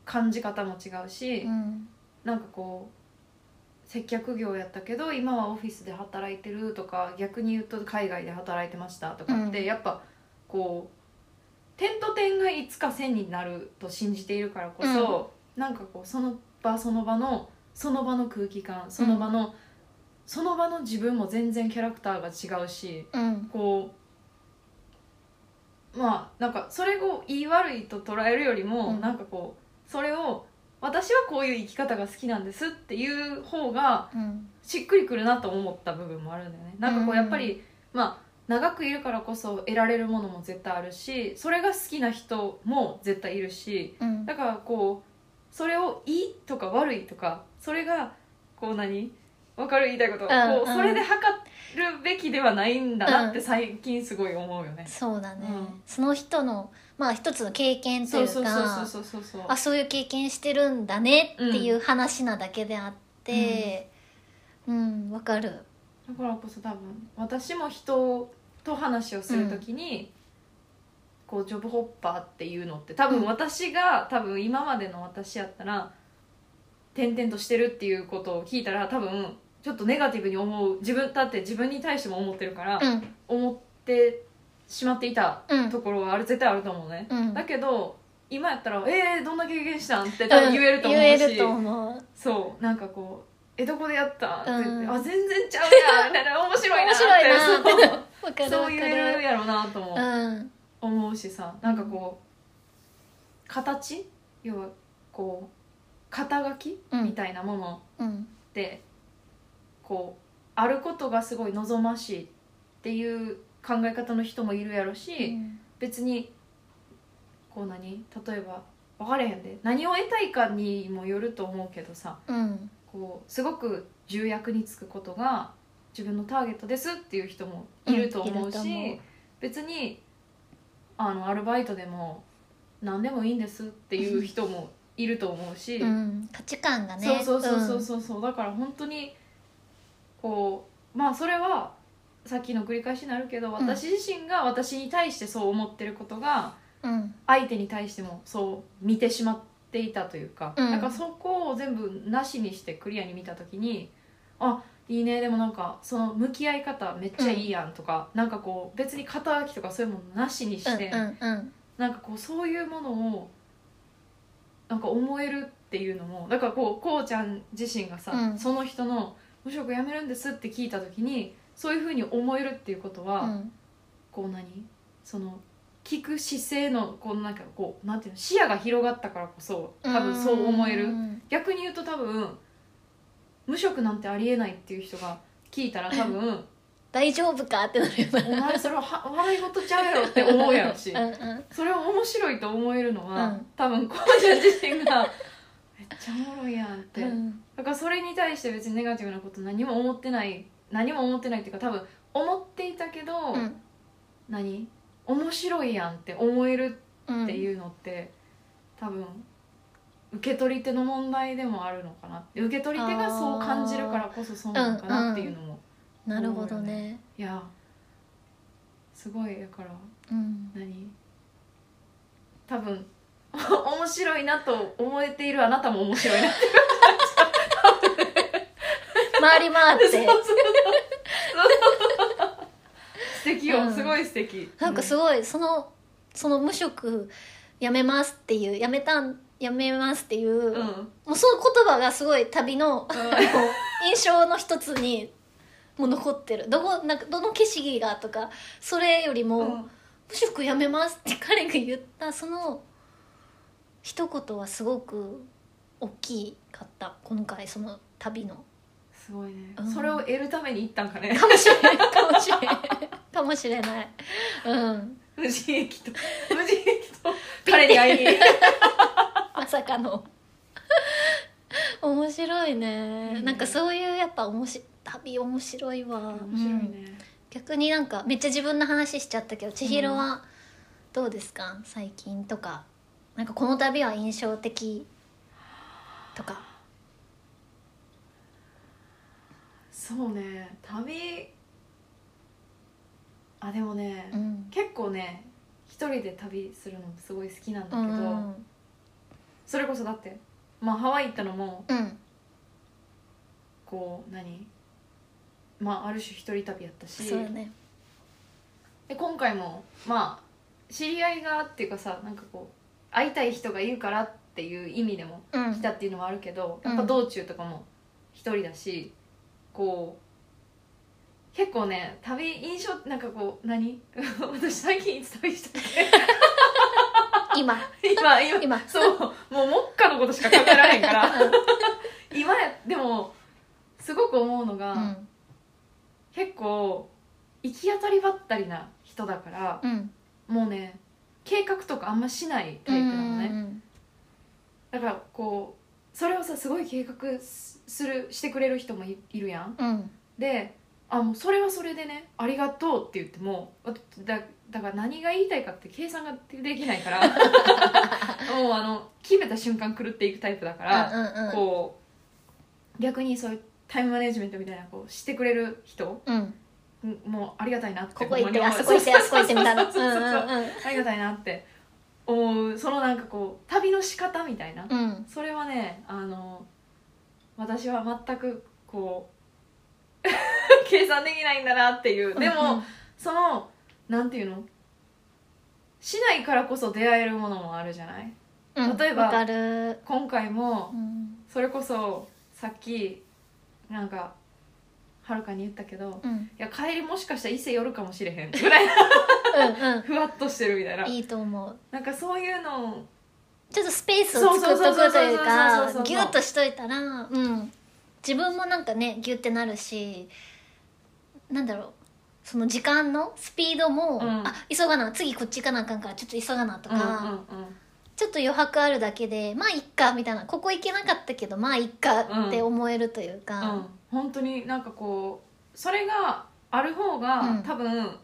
Speaker 2: 感じ方も違うし、
Speaker 1: うん
Speaker 2: なんかこう接客業やったけど今はオフィスで働いてるとか逆に言うと海外で働いてましたとかって、
Speaker 1: うん
Speaker 2: やっぱこう点と点がいつか線になると信じているからこそ、なんかこうその場その場のその場の空気感その場の、その場の自分も全然キャラクターが違うし
Speaker 1: うん
Speaker 2: こうまあなんかそれを言い悪いと捉えるよりも、
Speaker 1: うん
Speaker 2: なんかこうそれを私はこういう生き方が好きなんですっていう方が
Speaker 1: うん
Speaker 2: しっくりくるなと思った部分もあるんだよね。なんかこ
Speaker 1: う
Speaker 2: う
Speaker 1: ん
Speaker 2: やっぱり、まあ長くいるからこそ得られるものも絶対あるしそれが好きな人も絶対いるし
Speaker 1: うん
Speaker 2: だからこうそれをいいとか悪いとかそれがこう何わかる言いたいこと、
Speaker 1: ん
Speaker 2: こう
Speaker 1: うん
Speaker 2: それで測るべきではないんだなっ
Speaker 1: う
Speaker 2: て最近すごい思うよね。
Speaker 1: そうだね、
Speaker 2: うん
Speaker 1: その人のまあ一つの経験と
Speaker 2: そ
Speaker 1: いうう
Speaker 2: そうそう
Speaker 1: か
Speaker 2: そうそうそう
Speaker 1: あそういう経験してるんだねっていう話なだけであってうんわ、かる
Speaker 2: だからこそ多分私も人と話をするときに、こうジョブホッパーっていうのって多分私が、多分今までの私やったら転々としてるっていうことを聞いたら多分ちょっとネガティブに思う自分だって自分に対しても思ってるから、
Speaker 1: うん
Speaker 2: 思ってしまっていた
Speaker 1: うん
Speaker 2: ところはある絶対あると思うね、
Speaker 1: うん
Speaker 2: だけど今やったら「えー、どんな経験したん?」って多分言えると思う
Speaker 1: 言
Speaker 2: し、
Speaker 1: えると思う
Speaker 2: そうなんかこう「えどこでやった?」って言って、
Speaker 1: うん
Speaker 2: あ全然ち ゃうやん」みたいな面白いなって
Speaker 1: 面白いなわか
Speaker 2: そう
Speaker 1: る
Speaker 2: そ
Speaker 1: わ
Speaker 2: う
Speaker 1: か
Speaker 2: 言える
Speaker 1: る
Speaker 2: やろうなとも
Speaker 1: うん
Speaker 2: 思うしさなんかこう形要はこう肩書き
Speaker 1: うん
Speaker 2: みたいなもの
Speaker 1: うん
Speaker 2: ってこうあることがすごい望ましいっていう考え方の人もいるやろし、
Speaker 1: うん
Speaker 2: 別にこう何例えば分かれへんで何を得たいかにもよると思うけどさ
Speaker 1: うん
Speaker 2: こうすごく重役につくことが自分のターゲットですっていう人もいると思うし、
Speaker 1: うんいると思う
Speaker 2: 別にあのアルバイトでも何でもいいんですっていう人もいると思うし、
Speaker 1: うん価値観がね
Speaker 2: そうそうそうそうそう、うだから本当にこうまあそれはさっきの繰り返しになるけど私自身が私に対してそう思ってることが
Speaker 1: うん
Speaker 2: 相手に対してもそう見てしまっていたというか、
Speaker 1: うん
Speaker 2: なんかそこを全部なしにしてクリアに見た時にあいいねでもなんかその向き合い方めっちゃいいやんとか、なんかこう別に肩書きとかそういうものなしに
Speaker 1: うん
Speaker 2: して、
Speaker 1: うんうん
Speaker 2: なんかこうそういうものをなんか思えるっていうのもだからこうこうちゃん自身がさ、
Speaker 1: うん
Speaker 2: その人の「無職辞めるんです」って聞いた時にそういうふうに思えるっていうことは、
Speaker 1: うん
Speaker 2: こう何その聞く姿勢のこうなんかこうなんていうの視野が広がったからこそ多分そう思える
Speaker 1: うん
Speaker 2: 逆に言うと多分無職なんてありえないっていう人が聞いたら多分
Speaker 1: 大丈夫かってなるよな
Speaker 2: お前それはは笑い事ちゃうやろって思うやろし
Speaker 1: うんうん
Speaker 2: それを面白いと思えるのは、
Speaker 1: うん
Speaker 2: 多分こうちゃん自身 がめっちゃおもろいやんって、
Speaker 1: うん
Speaker 2: だからそれに対して別にネガティブなこと何も思ってない何も思ってないっていうか多分思っていたけど、
Speaker 1: うん
Speaker 2: 何面白いやんって思える
Speaker 1: うん
Speaker 2: っていうのって、多分受け取り手の問題でもあるのかなって受け取り手がそう感じるからこそそうなのかなっていうのも、
Speaker 1: なるほどね
Speaker 2: いやすごいだから
Speaker 1: うん
Speaker 2: 何多分 面白いなと思えているあなたも面白い なって
Speaker 1: 回り回っ
Speaker 2: そう
Speaker 1: て
Speaker 2: そうそう素敵よ、
Speaker 1: うん
Speaker 2: すごい素敵
Speaker 1: なんかすごいそのその無職辞めますっていう辞めたん辞めますっていう、
Speaker 2: うん、うん
Speaker 1: もうその言葉がすごい旅の印象の一つにもう残ってるどこなんかどの景色がとかそれよりも、
Speaker 2: うん
Speaker 1: 無職辞めますって彼が言ったその一言はすごく大きかった今回その旅の
Speaker 2: すごいね、
Speaker 1: うん
Speaker 2: それを得るために行ったんかね
Speaker 1: かもしれないかもしれないかもしれないうん
Speaker 2: 無人駅と無人駅と彼に会いに
Speaker 1: まさかの面白いね、
Speaker 2: うん
Speaker 1: なんかそういうやっぱ面白旅面白いわ
Speaker 2: 面白い
Speaker 1: うん
Speaker 2: ね、
Speaker 1: 逆になんかめっちゃ自分の話しちゃったけど千尋はどうですか、最近とかなんかこの旅は印象的とか
Speaker 2: そうね旅あでもね、
Speaker 1: うん
Speaker 2: 結構ね一人で旅するのすごい好きなんだ
Speaker 1: う
Speaker 2: けど、
Speaker 1: ん
Speaker 2: それこそだってまあハワイ行ったのも
Speaker 1: うん
Speaker 2: こう何まあある種一人旅やったし
Speaker 1: そうだね
Speaker 2: で今回もまあ知り合いがっていうかさなんかこう会いたい人がいるからっていう意味でも
Speaker 1: うん
Speaker 2: 来たっていうのはあるけど、
Speaker 1: うん
Speaker 2: やっぱ道中とかも一人だしこう結構ね旅印象なんかこう何 私最近いつ旅したっ
Speaker 1: 今
Speaker 2: け今今
Speaker 1: 今
Speaker 2: そうもう目下のことしか考えられへんから 今やでもすごく思うのが、
Speaker 1: うん
Speaker 2: 結構行き当たりばったりな人だから
Speaker 1: うん
Speaker 2: もうね計画とかあんましないタイプなのね、だからこうそれをさすごい計画すするしてくれる人もいいるやん
Speaker 1: うん
Speaker 2: であもうそれはそれでね「ありがとう」って言ってもわだだから何が言いたいかって計算ができないから もうあの決めた瞬間狂っていくタイプだから、
Speaker 1: うんうん
Speaker 2: こう逆にそういうタイムマネジメントみたいなこうしてくれる人
Speaker 1: うん
Speaker 2: うんもうありがたいなって
Speaker 1: ここ行って
Speaker 2: ほん
Speaker 1: あ
Speaker 2: まに
Speaker 1: そ
Speaker 2: 思う
Speaker 1: こ行ってあそこ行ってみたいな
Speaker 2: そうそうそうそう
Speaker 1: うんうん
Speaker 2: ありがたいなって思うそのなんかこう旅の仕方みたいな、
Speaker 1: うんうん
Speaker 2: それはねあの私は全くこう 計算できないんだなっていうでも、そのなんていうのしないからこそ出会えるものもあるじゃない
Speaker 1: うんうん
Speaker 2: 例えば
Speaker 1: わかる
Speaker 2: 今回も
Speaker 1: うん
Speaker 2: それこそさっきなんかはるかに言ったけど
Speaker 1: うんうん
Speaker 2: いや帰りもしかしたら伊勢寄るかもしれへんぐらいふわっとしてるみたいな
Speaker 1: うんいいと思う
Speaker 2: なんかそういうの
Speaker 1: ちょっとスペースを作っとくという
Speaker 2: そうそうそうそうそうそうそ
Speaker 1: か
Speaker 2: う
Speaker 1: ギュッとしといたら、うん、自分もなんかねギュッてなるしなんだろうその時間のスピードも、
Speaker 2: うん
Speaker 1: あ急がな次こっち行かなあかんからちょっと急がなと
Speaker 2: うん
Speaker 1: か、
Speaker 2: うんうん
Speaker 1: ちょっと余白あるだけでまあいっかみたいなここ行けなかったけどまあいっかって思えるというか、
Speaker 2: うん、本当になんかこうそれがある方が、
Speaker 1: うん
Speaker 2: 多分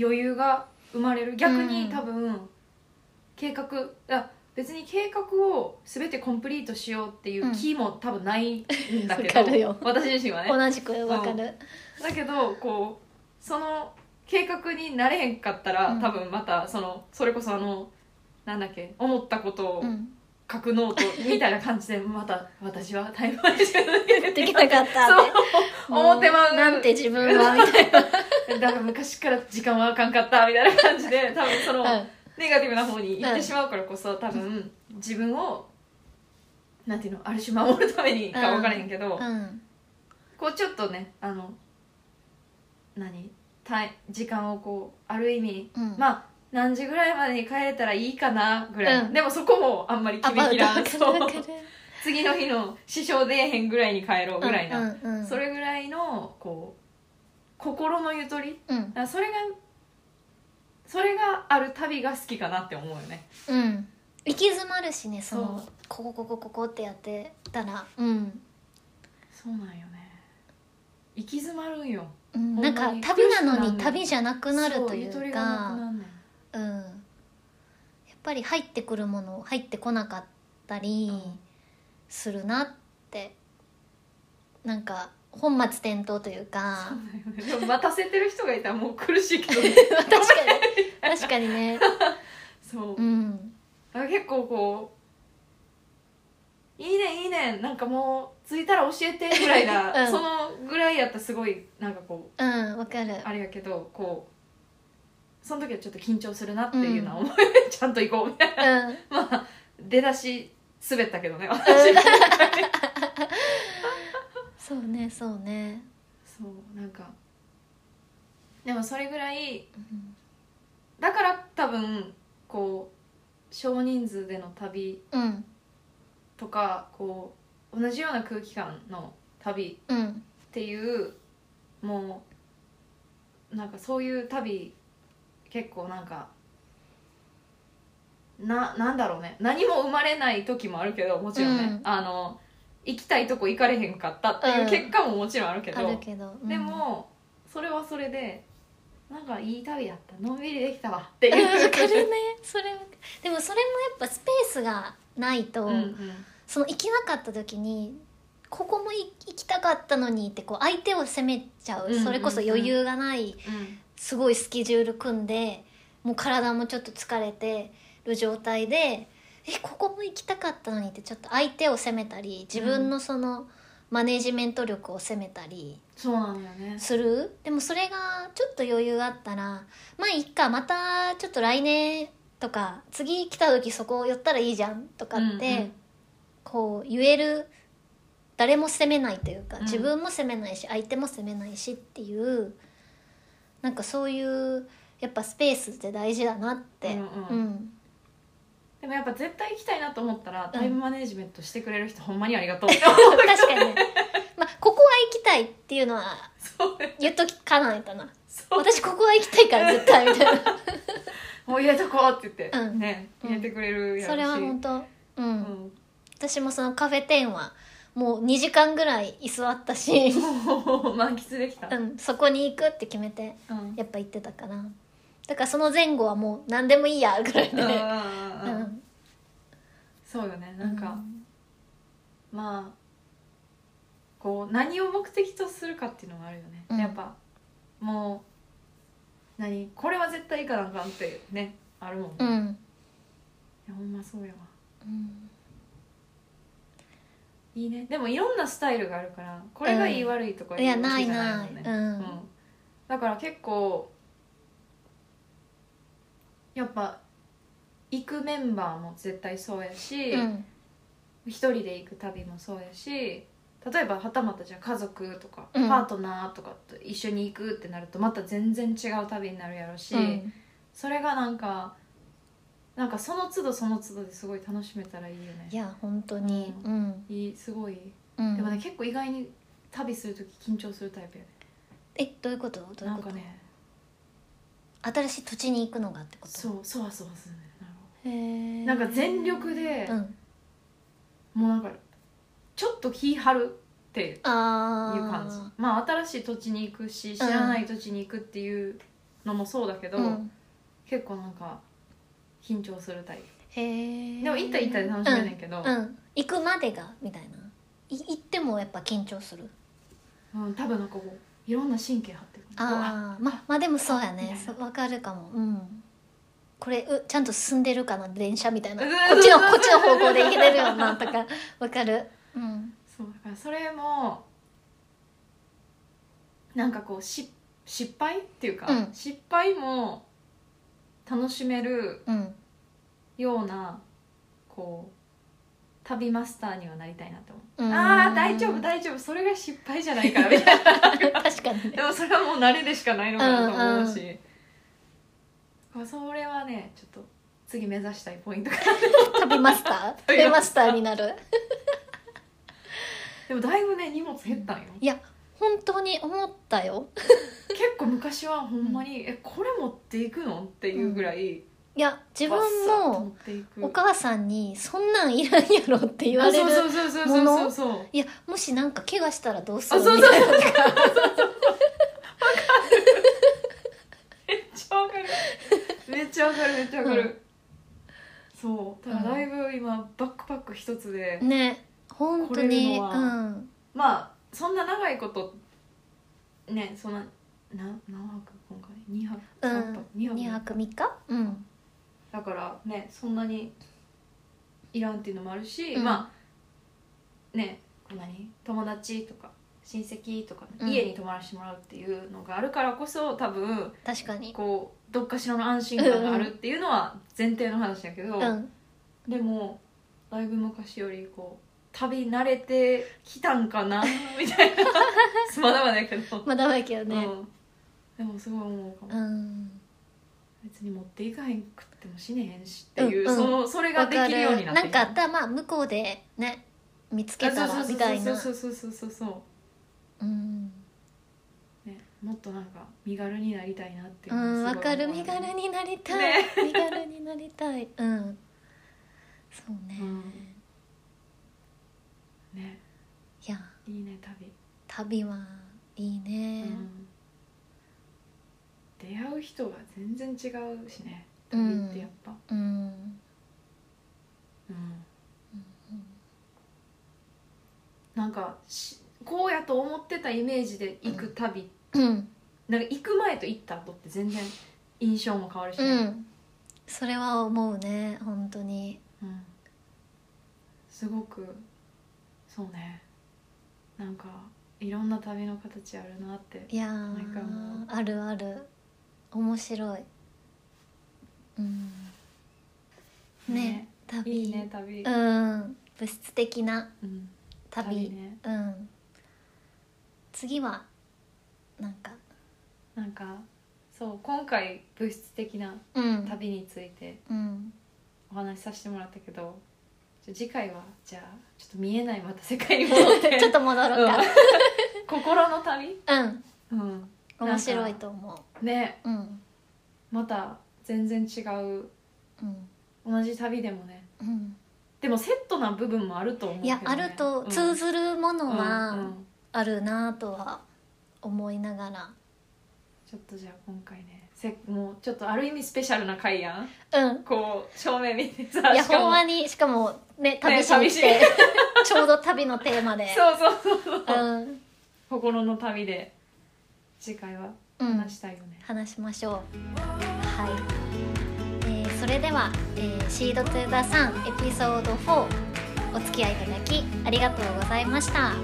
Speaker 2: 余裕が生まれる逆
Speaker 1: うん
Speaker 2: に多分、計画あ別に計画を全てコンプリートしようっていう気も多分ないんだけど、
Speaker 1: わかるよ
Speaker 2: 私自身はね
Speaker 1: 同じくわかる、
Speaker 2: だけどこうその計画になれへんかったら、
Speaker 1: うん
Speaker 2: 多分またそのそれこそあのなんだっけ思ったことを
Speaker 1: うん、
Speaker 2: 書くノートみたいな感じで、また私はタイムマネジメントで
Speaker 1: できなかったって
Speaker 2: そう思ってまう
Speaker 1: なんて自分はみたい
Speaker 2: だから昔から時間はあかんかったみたいな感じで多分その
Speaker 1: な、
Speaker 2: ネガティブな方に行ってしまうからこそ多分自分をなんていうのある種守るためにか分からへんけど、
Speaker 1: うんうん
Speaker 2: こうちょっとねあの何タイ時間をこうある意味
Speaker 1: うん、
Speaker 2: まあ何時ぐらいまでに帰れたらいいかなぐらい、
Speaker 1: うん
Speaker 2: でもそこもあんまり決めきらん
Speaker 1: あわかるわ
Speaker 2: そ
Speaker 1: か
Speaker 2: う
Speaker 1: る
Speaker 2: 次の日の支障出えへんぐらいに帰ろうぐらいな、
Speaker 1: うんうんうん
Speaker 2: それぐらいのこう心のゆとり
Speaker 1: うん
Speaker 2: だからそれがそれがある旅が好きかなって思うよね
Speaker 1: うん行き詰まるしねその
Speaker 2: そう
Speaker 1: ここここここってやってたらうん、
Speaker 2: そうなんよね行き詰まるんよ
Speaker 1: うん、
Speaker 2: ほん
Speaker 1: な
Speaker 2: ま
Speaker 1: ん
Speaker 2: に
Speaker 1: か旅なの
Speaker 2: 苦しくなん
Speaker 1: に
Speaker 2: ねん
Speaker 1: 旅じゃなくなるとい
Speaker 2: そうゆと
Speaker 1: う
Speaker 2: りがな
Speaker 1: か
Speaker 2: くなんねん
Speaker 1: うん、やっぱり入ってくるもの入ってこなかったり
Speaker 2: うん
Speaker 1: するなって、なんか本末転倒というか
Speaker 2: でも待たせてる人がいたらもう苦しいけ どね
Speaker 1: 確かに確かにね
Speaker 2: そう
Speaker 1: うん
Speaker 2: だから結構こう「いいねいいねなんかもう着いたら教えて」ぐらいな、
Speaker 1: うん
Speaker 2: そのぐらいやったらすごいなんかこう
Speaker 1: うんわかる
Speaker 2: あれやけどこうその時はちょっと緊張するなっていうのは思い、ちゃんと行こうみたいな
Speaker 1: うん
Speaker 2: まあ出だし滑ったけどね私
Speaker 1: そうねそうね、
Speaker 2: そうなんかでもそれぐらい
Speaker 1: うん
Speaker 2: だから多分こう少人数での旅
Speaker 1: うん
Speaker 2: とかこう同じような空気感の旅
Speaker 1: うん
Speaker 2: っていうもうなんかそういう旅結構なんかななんだろうね何も生まれない時もあるけどもちろんね、
Speaker 1: うん
Speaker 2: あの行きたいとこ行かれへんかったっていう結果ももちろんあるけど、
Speaker 1: あるけど、うん
Speaker 2: でもそれはそれでなんかいい旅やったのんびりできたわっていう
Speaker 1: わ かるねそれはでもそれもやっぱスペースがないと、
Speaker 2: うんうん
Speaker 1: その行けなかった時にここもい行きたかったのにってこう相手を責めちゃう,、
Speaker 2: うんうんうん
Speaker 1: それこそ余裕がないすごいスケジュール組んでもう体もちょっと疲れてる状態でえここも行きたかったのにってちょっと相手を責めたり自分のそのマネジメント力を責めたり。
Speaker 2: そうなんだよね
Speaker 1: するでもそれがちょっと余裕あったらまあいっかまたちょっと来年とか次来た時そこ寄ったらいいじゃんとかって、
Speaker 2: うんうん
Speaker 1: こう言える誰も責めないというか、
Speaker 2: うん
Speaker 1: 自分も責めないし相手も責めないしっていうなんかそういうやっぱスペースって大事だなって、
Speaker 2: うんうんでもやっぱ絶対行きたいなと思ったらタイムマネジメントしてくれる人、ほんまにありがとうって思う
Speaker 1: 確 かにね、まあ、ここは行きたいっていうのは
Speaker 2: そう
Speaker 1: 言っとかないとな
Speaker 2: そう
Speaker 1: 私ここは行きたいから絶対みたい な
Speaker 2: もう入れとこうって言って、
Speaker 1: うん
Speaker 2: ね
Speaker 1: うん
Speaker 2: 入れてくれるやろ
Speaker 1: それは
Speaker 2: し
Speaker 1: 本当う
Speaker 2: うん
Speaker 1: ん私もそのカフェ店はもう2時間ぐらい居座った し、
Speaker 2: もう満喫できた、
Speaker 1: うん、そこに行くって決めて
Speaker 2: うん
Speaker 1: やっぱ行ってたかなだからその前後はもう何でもいいやぐらい
Speaker 2: うんう
Speaker 1: で、
Speaker 2: んうん
Speaker 1: う
Speaker 2: うん
Speaker 1: ん
Speaker 2: そうよねなんか、まあこう何を目的とするかっていうのもあるよね、
Speaker 1: うん
Speaker 2: やっぱもう何これは絶対行かなあかんってねあるもんね、
Speaker 1: う
Speaker 2: い
Speaker 1: ん、
Speaker 2: やほんまそうやわ
Speaker 1: うん、
Speaker 2: いいねでもいろんなスタイルがあるからこれがいい
Speaker 1: うん
Speaker 2: 悪いとか
Speaker 1: いや
Speaker 2: うわ
Speaker 1: な
Speaker 2: け
Speaker 1: い
Speaker 2: じゃ
Speaker 1: な
Speaker 2: もん
Speaker 1: い
Speaker 2: ね
Speaker 1: うん、
Speaker 2: うん、だから結構やっぱ行くメンバーも絶対そうやし、
Speaker 1: うん
Speaker 2: 一人で行く旅もそうやし例えばはたまたじゃあ家族とか、
Speaker 1: うん
Speaker 2: パートナーとかと一緒に行くってなるとまた全然違う旅になるやろし、
Speaker 1: うん
Speaker 2: それがなんかなんかその都度その都度ですごい楽しめたらいいよね
Speaker 1: いや本当にうん、
Speaker 2: いいすごい、
Speaker 1: うん
Speaker 2: でもね結構意外に旅する時緊張するタイプやね
Speaker 1: えどういうことどうい
Speaker 2: な
Speaker 1: うんこ
Speaker 2: か
Speaker 1: と、
Speaker 2: ね
Speaker 1: 新しい土地に行くのがってこと
Speaker 2: そうそわそわするねなんかなんか
Speaker 1: へえ
Speaker 2: 全力で
Speaker 1: うん、
Speaker 2: もうなんかちょっと気張るっていう
Speaker 1: ああ
Speaker 2: 感じまあ新しい土地に行くし知らない土地に行くっていうのもそうだけど、
Speaker 1: うん、
Speaker 2: 結構なんか緊張するタイ
Speaker 1: へえ
Speaker 2: プでも行ったら行ったで楽しめねんけど、
Speaker 1: うん、うん、行くまでがみたいない行ってもやっぱ緊張する
Speaker 2: うん多分なんかこういろんな神経張ってくる
Speaker 1: ああまあまあでもそうや
Speaker 2: みたい
Speaker 1: ね
Speaker 2: な
Speaker 1: そうわかるかもうんこれうちゃんと進んでるかな電車みたいな
Speaker 2: う
Speaker 1: こ
Speaker 2: ん
Speaker 1: っちのこっちの方向で行けてるよなとかわかるうん
Speaker 2: そうだからそれもなんかこうし失敗っていうか、
Speaker 1: うん
Speaker 2: 失敗も楽しめる
Speaker 1: うん
Speaker 2: ようなこう旅マスターにはなりたいなと思う、
Speaker 1: うん
Speaker 2: ああ大丈夫大丈夫それが失敗じゃないからみたいな
Speaker 1: 確かにね
Speaker 2: でもそれはもう慣れでしかないのかなと思うし、
Speaker 1: う
Speaker 2: まあそれはねちょっと次目指したいポイントが
Speaker 1: 旅マスター
Speaker 2: 旅
Speaker 1: 旅
Speaker 2: マ
Speaker 1: マスターになる
Speaker 2: でもだいぶね荷物減ったんよ
Speaker 1: いや本当に思ったよ
Speaker 2: 結構昔はほんまに、えこれ持っていくのっていうぐらい、
Speaker 1: いや自分もお
Speaker 2: っ
Speaker 1: 母さんに「そんなんいらんやろ」って言われる
Speaker 2: そうそうそうそうそうそう
Speaker 1: いやもしなんか怪我したらどうする
Speaker 2: あそうそう
Speaker 1: みたいなとか
Speaker 2: めっちゃわかるめっちゃわかるめっちゃわかる、
Speaker 1: うん
Speaker 2: そうだからだいぶ今バックパック一つで、
Speaker 1: ね本当に
Speaker 2: 来
Speaker 1: う
Speaker 2: れるのは
Speaker 1: ん
Speaker 2: まあそんな長いことねそんなな何泊今回2泊3泊、二
Speaker 1: 2
Speaker 2: 泊
Speaker 1: 泊3日うん
Speaker 2: だからねそんなにいらんっていうのもあるし、
Speaker 1: うん
Speaker 2: まあねこう何友達とか親戚とか、
Speaker 1: うん
Speaker 2: 家に泊まらせてもらうっていうのがあるからこそ多分
Speaker 1: 確かに
Speaker 2: こうどっかしらの安心感があるっていうのは前提の話だけど、
Speaker 1: うん
Speaker 2: でもだいぶ昔よりこう旅慣れてきたんかなみた いなまだまだやけど、
Speaker 1: まだだけどね
Speaker 2: うんでもすごい思うかも、
Speaker 1: うん
Speaker 2: 別に持っていかへんくっても死ねへんしっていう、
Speaker 1: うんうん
Speaker 2: そのそれが
Speaker 1: わ
Speaker 2: で
Speaker 1: か
Speaker 2: きるように
Speaker 1: る
Speaker 2: な
Speaker 1: な
Speaker 2: って
Speaker 1: んかあったらまあ向こうでね見つけたらみたいな
Speaker 2: そうそうそうそうそうそうそう
Speaker 1: うん
Speaker 2: そう、ね、もっとなんか身軽になりたいなっていう
Speaker 1: う
Speaker 2: のは
Speaker 1: んわ
Speaker 2: すごい
Speaker 1: かる
Speaker 2: 思う
Speaker 1: 身軽になりたい
Speaker 2: ね
Speaker 1: 身軽になりたいうんそう
Speaker 2: う
Speaker 1: ね
Speaker 2: んね
Speaker 1: いや
Speaker 2: いいね旅、
Speaker 1: 旅はいいね
Speaker 2: うん出会う人が全然違うしね
Speaker 1: うん
Speaker 2: 旅ってやっぱ、
Speaker 1: うん
Speaker 2: うんなんかしこうやと思ってたイメージで行く旅、
Speaker 1: うん
Speaker 2: なんか行く前と行った後って全然印象も変わるし
Speaker 1: う
Speaker 2: ね、
Speaker 1: んそれは思うね本当に
Speaker 2: うんすごくそうねなんかいろんな旅の形あるなって
Speaker 1: いやー
Speaker 2: んかもう
Speaker 1: あるある面白いうんね
Speaker 2: ね
Speaker 1: 旅
Speaker 2: いいね旅、
Speaker 1: うん物質的な
Speaker 2: うん
Speaker 1: 旅
Speaker 2: ね
Speaker 1: うん次はなんか
Speaker 2: なんかそう今回物質的な
Speaker 1: うん
Speaker 2: 旅について
Speaker 1: うん
Speaker 2: お話しさせてもらったけどちょ次回はじゃあちょっと見えないまた世界に戻って
Speaker 1: ちょっと戻ろうか
Speaker 2: 心の旅、
Speaker 1: うん
Speaker 2: うん、
Speaker 1: 面白いと思
Speaker 2: ね
Speaker 1: ううん
Speaker 2: また全然違う
Speaker 1: うん
Speaker 2: 同じ旅でもね
Speaker 1: うん
Speaker 2: でもセットな部分もあると思う
Speaker 1: い
Speaker 2: けど、
Speaker 1: や
Speaker 2: ね、
Speaker 1: あると通ずるもの
Speaker 2: うんうん
Speaker 1: はあるなとは思いながら
Speaker 2: ちょっとじゃあ今回ねせもうちょっとある意味スペシャルな回やん
Speaker 1: うん
Speaker 2: こう正面見てさ
Speaker 1: いや
Speaker 2: しかも
Speaker 1: ほんまにしかもね旅しに来て、
Speaker 2: 旅
Speaker 1: ちょうど旅の テーマで
Speaker 2: そうそうそうそう
Speaker 1: うん
Speaker 2: 心の旅で次回は
Speaker 1: うん
Speaker 2: 話したいよね、
Speaker 1: 話しましょうはい、えーそれでは、えーシードトゥーザサンエピソード4お付き合いいただきありがとうございました
Speaker 2: あ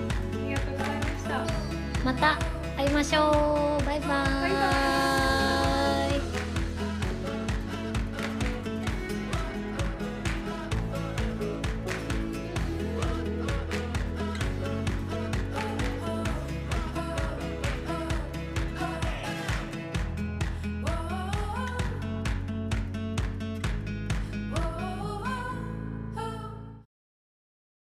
Speaker 2: りがとうございました
Speaker 1: また会いましょうバイバ
Speaker 2: バイバ